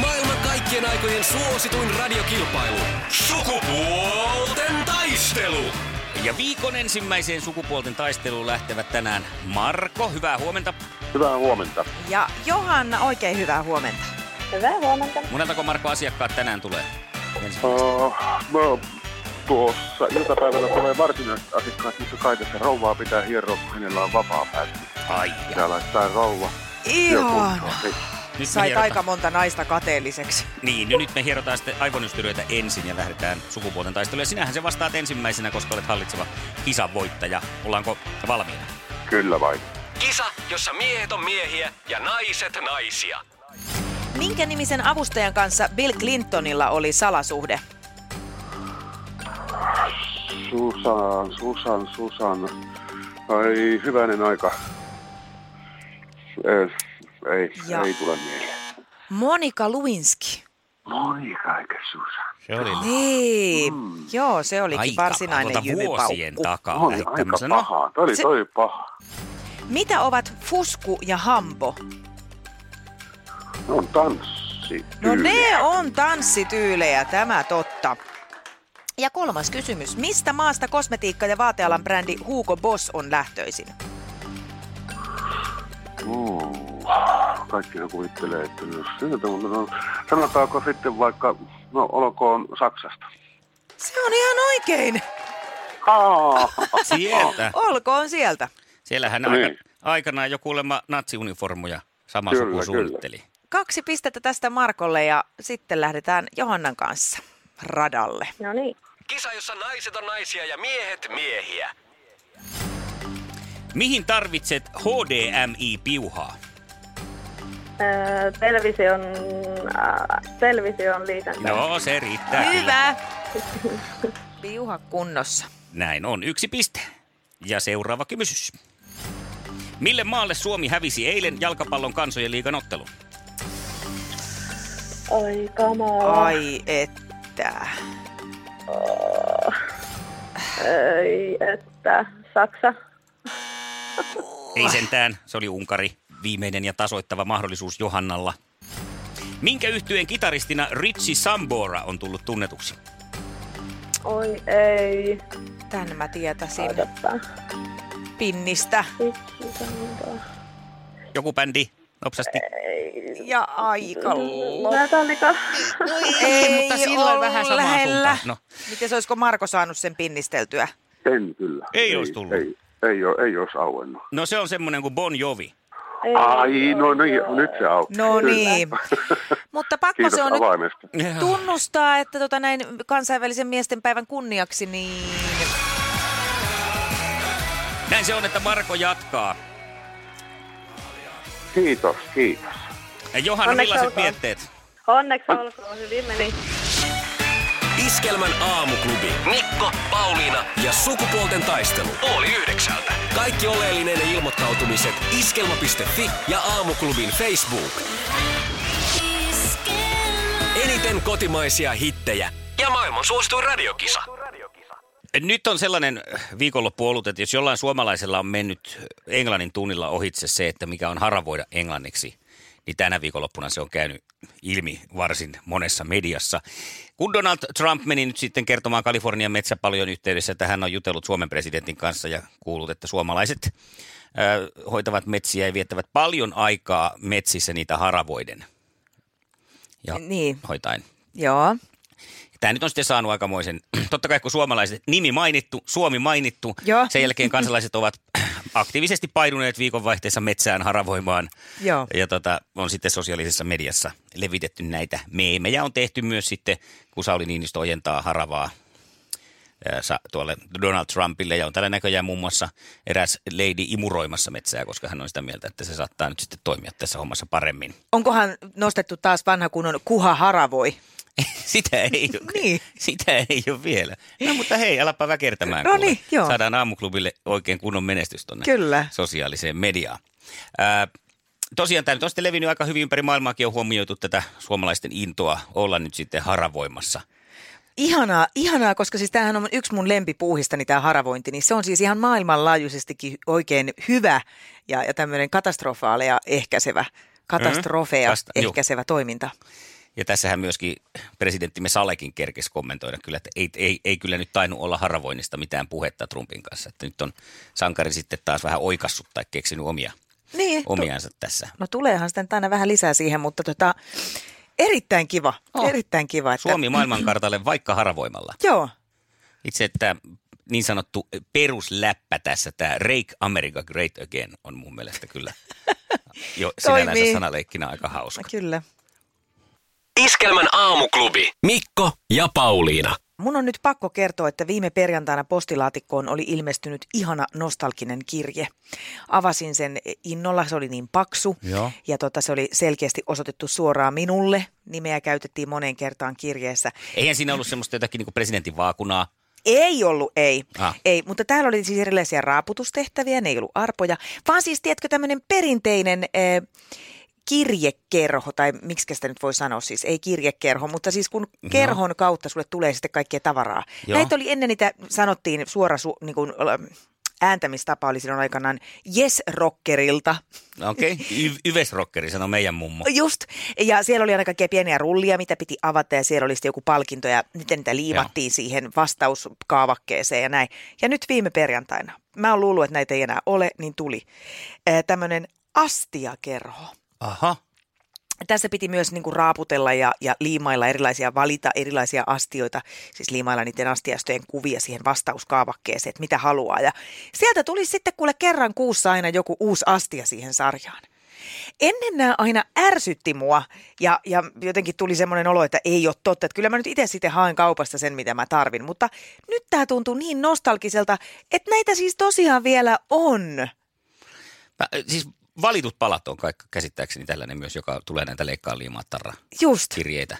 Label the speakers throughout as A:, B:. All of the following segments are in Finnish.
A: Maailman kaikkien aikojen suosituin radiokilpailu. Sukupuolten taistelu.
B: Ja viikon ensimmäiseen sukupuolten taisteluun lähtevät tänään Marko, hyvää huomenta.
C: Hyvää huomenta.
D: Ja Johanna, oikein hyvää huomenta.
E: Hyvää huomenta.
B: Moneltako Marko asiakkaat tänään tulee?
C: Oh, no, tuossa iltapäivällä tulee varsinaiset asiakkaat, missä kaikessa rouvaa pitää hieroa, kun hänellä on vapaa päästä.
B: Ai.
C: Pitää laittaa rouva.
D: Ihan.
C: työkuntoon.
B: Nyt me
D: Sait
B: hierotaan-
D: aika monta naista kateelliseksi.
B: Niin, no nyt me hierotaan sitten aivonystyröitä ensin ja lähdetään sukupuolten taisteluun. Ja sinähän se vastaat ensimmäisenä, koska olet hallitseva kisan voittaja. Ollaanko valmiina?
C: Kyllä vain.
A: Kisa, jossa miehet on miehiä ja naiset naisia.
D: Minkä nimisen avustajan kanssa Bill Clintonilla oli salasuhde?
C: Susan, Susan, Susan. Ai, hyvänen aika. Ei, ei,
D: Ja.
C: ei tule mieleen.
D: Monika Lewinsky.
C: Moi kaiken Susan.
B: Se oli
D: Niin. Joo, se olikin varsinainen
B: vuosien
D: jyvypaukku.
B: takaa.
C: Oli
B: lähdit
C: aika
B: tämmöisenä. No,
C: paha. Toi oli
D: eh, Se-
C: toi paha.
D: Mitä ovat fusku ja hampo?
C: No tanssi.
D: No
C: tyyli.
D: ne on tanssityylejä, tämä totta. Ja kolmas kysymys. Mistä maasta kosmetiikka- ja vaatealan brändi Hugo Boss on lähtöisin?
C: Mm. Kaikkihan kuvittelee, että jos siltä, mutta no, sanotaanko sitten vaikka, no olkoon Saksasta.
D: Se on ihan oikein.
C: Aa,
B: No, sieltä.
D: Olkoon sieltä.
B: Siellähän
C: Niin.
B: aika, aikanaan jo kuulemma natsiuniformuja sama
C: Kyllä,
B: suku
C: kyllä.
B: suunnitteli.
D: Kaksi pistettä tästä Markolle ja sitten lähdetään Johannan kanssa radalle.
E: No niin.
A: Kisa, jossa naiset on naisia ja miehet miehiä.
B: Mihin tarvitset HDMI-piuhaa?
E: Öö, television, äh, television liitäntä.
B: No, se riittää. kyllä.
D: Hyvä! Piuha kunnossa.
B: Näin on. Yksi piste. Ja seuraava kysymys. Mille maalle Suomi hävisi eilen jalkapallon kansojen liigan ottelun?
E: Oi kamaa.
D: Ai että.
E: Ei, että Saksa.
D: Oh.
B: Ei sentään. Se oli Unkari. Viimeinen ja tasoittava mahdollisuus Johannalla. Minkä yhtyeen kitaristina Richie Sambora on tullut tunnetuksi?
E: Oi ei.
D: Tän mä tietäisin
E: Odottaa.
D: pinnistä.
E: Vitsi, sanotaan.
B: Joku bändi? Nopsasti.
D: Ja aika No.
E: Metallica.
D: Ei
B: mutta silloin
D: ole
B: vähän samaan
D: lähellä.
B: suuntaan. No.
D: Miten se olisiko Marko saanut sen pinnisteltyä?
C: en kyllä.
B: Ei ois tullut.
C: Ei, ei, oo- ei olisi auennut.
B: No se on semmoinen kuin Bon Jovi.
E: Ei,
C: Ai, no niin, nyt se aukesi.
D: No
C: Kyllä.
D: niin. Mutta pakko
C: Kiitos
D: se on nyt
C: avaimesta.
D: tunnustaa, että tota näin kansainvälisen miesten päivän kunniaksi, niin
B: Näin se on, että Marko jatkaa.
C: Kiitos, kiitos.
B: Ja Johanna,
E: Onneksi
B: millaiset
E: olkoon.
B: mietteet?
E: Onneksi olkoon, hyvin meni.
A: Iskelmän aamuklubi. Mikko, Pauliina ja sukupuolten taistelu. Oli yhdeksältä. Kaikki oleellinen ilmoittautumiset iskelma.fi ja aamuklubin Facebook. Eniten kotimaisia hittejä ja maailman suosituin radiokisa.
B: Nyt on sellainen viikonloppu ollut, että jos jollain suomalaisella on mennyt englannin tunnilla ohitse se, että mikä on haravoida englanniksi, niin tänä viikonloppuna se on käynyt ilmi varsin monessa mediassa. Kun Donald Trump meni nyt sitten kertomaan Kalifornian metsäpaljon yhteydessä, että hän on jutellut Suomen presidentin kanssa ja kuullut, että suomalaiset ö, hoitavat metsiä ja viettävät paljon aikaa metsissä niitä haravoiden ja
D: Niin.
B: hoitain.
D: joo.
B: Tämä nyt on sitten saanut aikamoisen, totta kai kun suomalaiset, nimi mainittu, Suomi mainittu,
D: Joo.
B: sen jälkeen kansalaiset ovat aktiivisesti painuneet viikonvaihteessa metsään haravoimaan.
D: Joo.
B: Ja tota, on sitten sosiaalisessa mediassa levitetty näitä meemejä. On tehty myös sitten, kun Sauli Niinistö ojentaa haravaa ää, sa- tuolle Donald Trumpille. Ja on täällä näköjään muun muassa eräs lady imuroimassa metsää, koska hän on sitä mieltä, että se saattaa nyt sitten toimia tässä hommassa paremmin.
D: Onkohan nostettu taas vanha kunnon kuha haravoi?
B: Sitä ei ole.
D: Niin.
B: Sitä ei ole vielä. No mutta hei, alapa väkertämään.
D: No
B: kuule.
D: niin, joo.
B: Saadaan aamuklubille oikein kunnon menestys tonne
D: Kyllä.
B: sosiaaliseen mediaan. Ää, tosiaan tämä nyt on sitten levinnyt aika hyvin ympäri maailmaakin on huomioitu tätä suomalaisten intoa olla nyt sitten haravoimassa.
D: Ihanaa, ihanaa, koska siis tämähän on yksi mun lempipuuhistani tämä haravointi, niin se on siis ihan maailmanlaajuisestikin oikein hyvä ja, ja tämmöinen katastrofaaleja ehkäisevä, katastrofeja
B: Mhm,
D: mm,
B: vasta- juu.
D: ehkäisevä toiminta.
B: Ja tässähän myöskin presidenttimme Salekin kerkesi kommentoida kyllä, että ei, ei, ei kyllä nyt tainnut olla haravoinnista mitään puhetta Trumpin kanssa. Että nyt on sankari sitten taas vähän oikassut tai keksinyt omia,
D: Niin, tu-
B: omiansa tässä.
D: no tuleehan sitten aina vähän lisää siihen, mutta tota, erittäin kiva,
B: Oh.
D: oh. erittäin kiva. Että,
B: Suomi maailmankartalle vaikka haravoimalla.
D: Joo,
B: Itse tämä niin sanottu perusläppä tässä, tämä Rake America Great Again on mun mielestä kyllä jo sinällänsä
D: Toimii.
B: sanaleikkinä aika hauska.
D: kyllä.
A: Iskelmän aamuklubi. Mikko ja Pauliina.
D: Mun on nyt pakko kertoa, että viime perjantaina postilaatikkoon oli ilmestynyt ihana nostalginen kirje. Avasin sen innolla, se oli niin paksu
B: Joo.
D: ja tota, se oli selkeästi osoitettu suoraan minulle. Nimeä käytettiin moneen kertaan kirjeessä.
B: Eihän siinä ollut semmoista jotakin niin presidentin vaakunaa.
D: Ei ollut, ei.
B: Ah.
D: Ah. ei. Mutta täällä oli siis erilaisia raaputustehtäviä, ne ei ollut arpoja, vaan siis tiedätkö tämmöinen perinteinen eh, kirjekerho, tai miksi sitä nyt voi sanoa siis, ei kirjekerho, mutta siis kun kerhon kautta sulle tulee sitten kaikkea tavaraa.
B: Joo.
D: Joo. Näitä oli ennen niitä, sanottiin suora su, niin kuin, ääntämistapa oli silloin aikanaan Yes Rockerilta.
B: No Okei, okay. y- Yvesrockeri sanoi meidän mummo.
D: Just, ja siellä oli aina kaikkea pieniä rullia, mitä piti avata ja siellä oli sitten joku palkinto ja miten niitä liimattiin Joo. siihen vastauskaavakkeeseen ja näin. Ja nyt viime perjantaina, mä oon luullut, että näitä ei enää ole, niin tuli tämmöinen astiakerho.
B: Aha.
D: Tässä piti myös niin kuin raaputella ja, ja liimailla erilaisia, valita erilaisia astioita, siis liimailla niiden astiastojen kuvia siihen vastauskaavakkeeseen, että mitä haluaa. Ja sieltä tuli sitten kuule kerran kuussa aina joku uusi astia siihen sarjaan. Ennen nämä aina ärsytti mua ja, ja jotenkin tuli semmoinen olo, että ei ole totta. Että kyllä mä nyt itse sitten haen kaupasta sen, mitä mä tarvin. Mutta nyt tämä tuntuu niin nostalgiselta, että näitä siis tosiaan vielä on.
B: Mä, siis valitut palat on kaikki käsittääkseni tällainen myös, joka tulee näitä leikkaa liimaa tarra
D: Just.
B: kirjeitä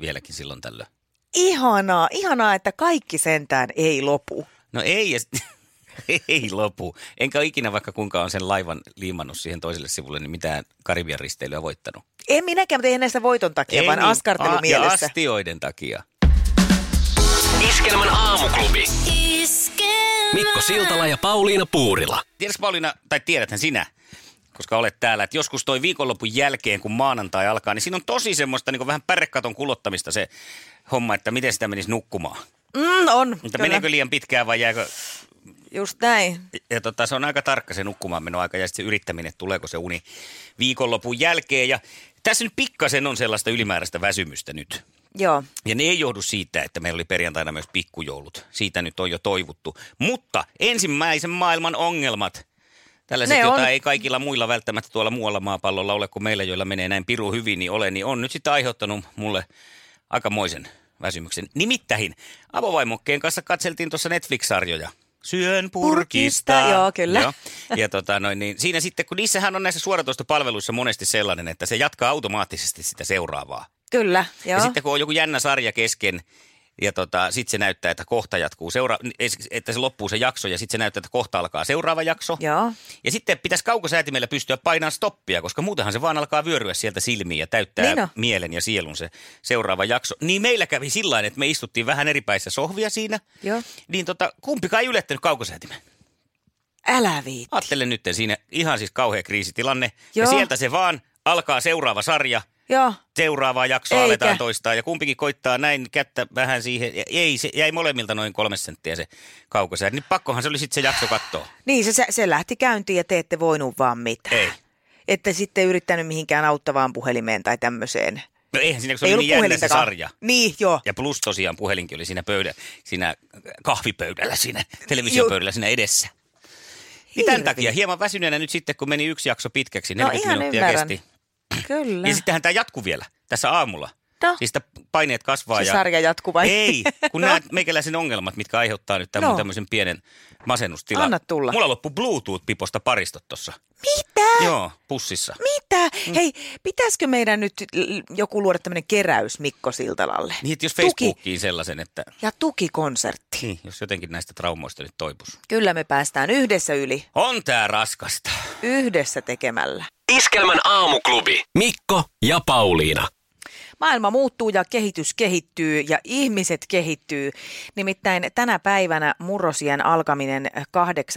B: vieläkin silloin tällöin.
D: Ihanaa, ihanaa, että kaikki sentään ei lopu.
B: No ei, ja s- ei lopu. Enkä ole ikinä vaikka kuinka on sen laivan liimannut siihen toiselle sivulle, niin mitään Karibian risteilyä voittanut.
D: En minäkään, mutta ei enää sitä voiton takia,
B: Ei
D: vaan
B: niin.
D: askartelu
B: A- Ja
D: mielessä.
B: astioiden takia.
A: Iskelmän aamuklubi.
F: Iskelmä.
A: Mikko Siltala ja Pauliina Puurila.
B: Tiedätkö Pauliina, tai tiedäthän sinä, koska olet täällä, että joskus toi viikonlopun jälkeen, kun maanantai alkaa, niin siinä on tosi semmoista niin vähän pärekaton kulottamista se homma, että miten sitä menisi nukkumaan.
D: Mm, on,
B: Mutta
D: kyllä.
B: meneekö liian pitkään vai jääkö
D: Just näin.
B: ja tota, se on aika tarkka se nukkumaan menoaika ja sitten se yrittäminen, että tuleeko se uni viikonlopun jälkeen. Ja tässä nyt pikkasen on sellaista ylimääräistä väsymystä nyt.
D: Joo.
B: Ja ne ei johdu siitä, että meillä oli perjantaina myös pikkujoulut. Siitä nyt on jo toivottu. Mutta ensimmäisen maailman ongelmat, tällaiset,
D: Ne
B: joita
D: on.
B: ei kaikilla muilla välttämättä tuolla muualla maapallolla ole kuin meillä, joilla menee näin piru hyvin, niin ole, niin on nyt sitten aiheuttanut mulle aikamoisen väsymyksen. Nimittäin avovaimokkeen kanssa katseltiin tuossa Netflix-sarjoja. Syön purkista.
D: Purkista, joo, kyllä.
B: Ja tota noin, niin siinä sitten, kun niissähän on näissä suoratoistopalveluissa monesti sellainen, että se jatkaa automaattisesti sitä seuraavaa.
D: Kyllä, joo.
B: Ja sitten kun on joku jännä sarja kesken, ja tota, sitten se näyttää, että kohta jatkuu seura- että se loppuu se jakso, ja sitten se näyttää, että kohta alkaa seuraava jakso.
D: Joo.
B: Ja sitten pitäisi kaukosäätimellä pystyä painamaan stoppia, koska muutenhan se vaan alkaa vyöryä sieltä silmiin ja täyttää
D: Niin on.
B: mielen ja sielun se seuraava jakso. Niin meillä kävi sillä lailla, että me istuttiin vähän eri päissä sohvia siinä.
D: Joo.
B: Niin tota, kumpikaan ei ylättänyt kaukosäätimen.
D: Älä viitti.
B: Ajattelen nyt siinä ihan siis kauhea kriisitilanne. Ja
D: Joo.
B: sieltä se vaan alkaa seuraava sarja
D: Joo.
B: seuraavaa jaksoa Eikä.
D: Eikä.
B: aletaan toistaa ja kumpikin koittaa näin kättä vähän siihen. Ja ei, se jäi molemmilta noin kolme senttiä se kaukosää. Niin pakkohan se oli sitten se jakso katsoa.
D: Niin, se- se, se lähti käyntiin ja te ette voinut vaan mitään.
B: Ei.
D: Ette sitten yrittänyt mihinkään auttavaan puhelimeen tai tämmöiseen.
B: No eihän siinä, kun se oli
D: ei ollut
B: niin jännä se
D: puhelintakaan.
B: sarja.
D: Niin, joo.
B: Ja plus tosiaan puhelinkin oli siinä, pöydä, siinä kahvipöydällä, siinä televisiopöydällä siinä edessä. Niin tämän
D: Hirvi.
B: takia hieman väsyneenä nyt sitten, kun meni yksi jakso pitkäksi,
D: No
B: 40
D: ihan
B: minuuttia
D: ymmärrän.
B: kesti.
D: Kyllä.
B: Ja sittenhän tämä jatkuu vielä tässä aamulla.
D: No.
B: Siis sitä paineet kasvaa.
D: Se
B: ja...
D: sarja jatkuu vai?
B: Ei, kun no. nämä meikäläisen ongelmat, mitkä aiheuttaa nyt tämän
D: No.
B: no. tämmöisen pienen masennustilan.
D: Anna tulla.
B: Mulla loppu Bluetooth-piposta paristot tossa.
D: Mitä?
B: Joo, pussissa.
D: Mitä?
B: Mm.
D: Hei, pitäisikö meidän nyt l- joku luoda tämmöinen keräys Mikko Siltalalle?
B: Niin, että jos
D: Tuki
B: Facebookiin sellaisen, että
D: ja tukikonsertti.
B: niin, jos jotenkin näistä traumoista nyt toipus.
D: Kyllä me päästään yhdessä yli,
B: On tää raskasta.
D: yhdessä tekemällä.
A: Iskelmän aamuklubi. Mikko ja Pauliina.
D: Maailma muuttuu ja kehitys kehittyy ja ihmiset kehittyy. Nimittäin tänä päivänä murrosien alkaminen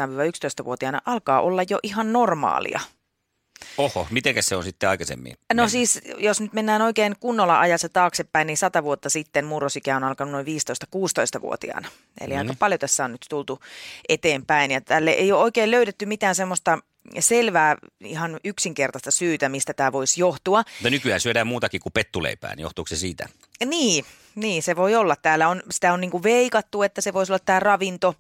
D: 8-11-vuotiaana alkaa olla jo ihan normaalia.
B: Oho, mitenkäs se on sitten aikaisemmin?
D: No
B: mennyt?
D: siis, jos nyt mennään oikein kunnolla ajassa taaksepäin, niin sata vuotta sitten murrosikä on alkanut noin 15-16-vuotiaana. Eli mm. aika paljon tässä on nyt tultu eteenpäin. Ja tälle ei ole oikein löydetty mitään semmoista selvää, ihan yksinkertaista syytä, mistä tämä voisi johtua.
B: Mutta nykyään syödään muutakin kuin pettuleipää, niin johtuuko se siitä?
D: Niin, niin, se voi olla. Täällä on, sitä on niin kuin veikattu, että se voisi olla tämä ravinto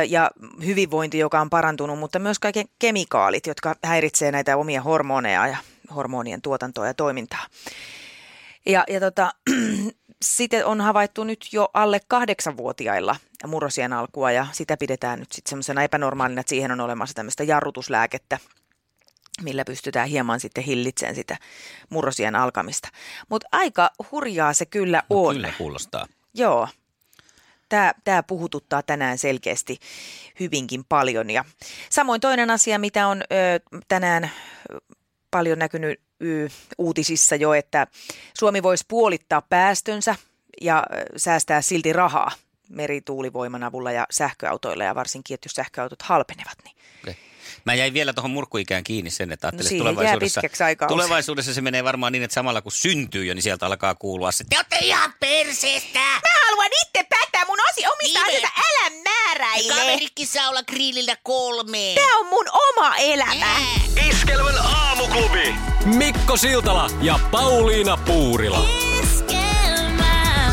D: ö, ja hyvinvointi, joka on parantunut, mutta myös kaiken kemikaalit, jotka häiritsee näitä omia hormoneja ja hormonien tuotantoa ja toimintaa. Ja, ja tota, sitten on havaittu nyt jo alle kahdeksanvuotiailla murrosien alkua ja sitä pidetään nyt sitten semmoisena epänormaalina, että siihen on olemassa tämmöistä jarrutuslääkettä, millä pystytään hieman sitten hillitsemään sitä murrosien alkamista. Mutta aika hurjaa se kyllä
B: No,
D: on.
B: Kyllä kuulostaa.
D: Joo. Tämä, tämä puhututtaa tänään selkeästi hyvinkin paljon. Ja samoin toinen asia, mitä on ö, tänään ö, paljon näkynyt y, uutisissa jo, että Suomi voisi puolittaa päästönsä ja ö, säästää silti rahaa merituulivoiman avulla ja sähköautoilla ja varsinkin, että jos sähköautot halpenevat. Niin.
B: Okei. Mä jäin vielä tuohon murkkuikään kiinni sen, että ajattelin,
D: No
B: että
D: siihen jää
B: tulevaisuudessa,
D: pitkäksi aikaa usein.
B: tulevaisuudessa se menee varmaan niin, että samalla kun syntyy jo, niin sieltä alkaa kuulua se, te olette ihan perseestä!
D: Mä haluan itse päättää mun osi omista
F: Viime- asioista.
D: älä määräile.
F: Kaverikin saa olla grillillä kolme.
D: Tämä on mun oma elämä.
F: Ää.
A: Iskelmän aamuklubi. Mikko Siltala ja Pauliina Puurila.
F: Iskelmää.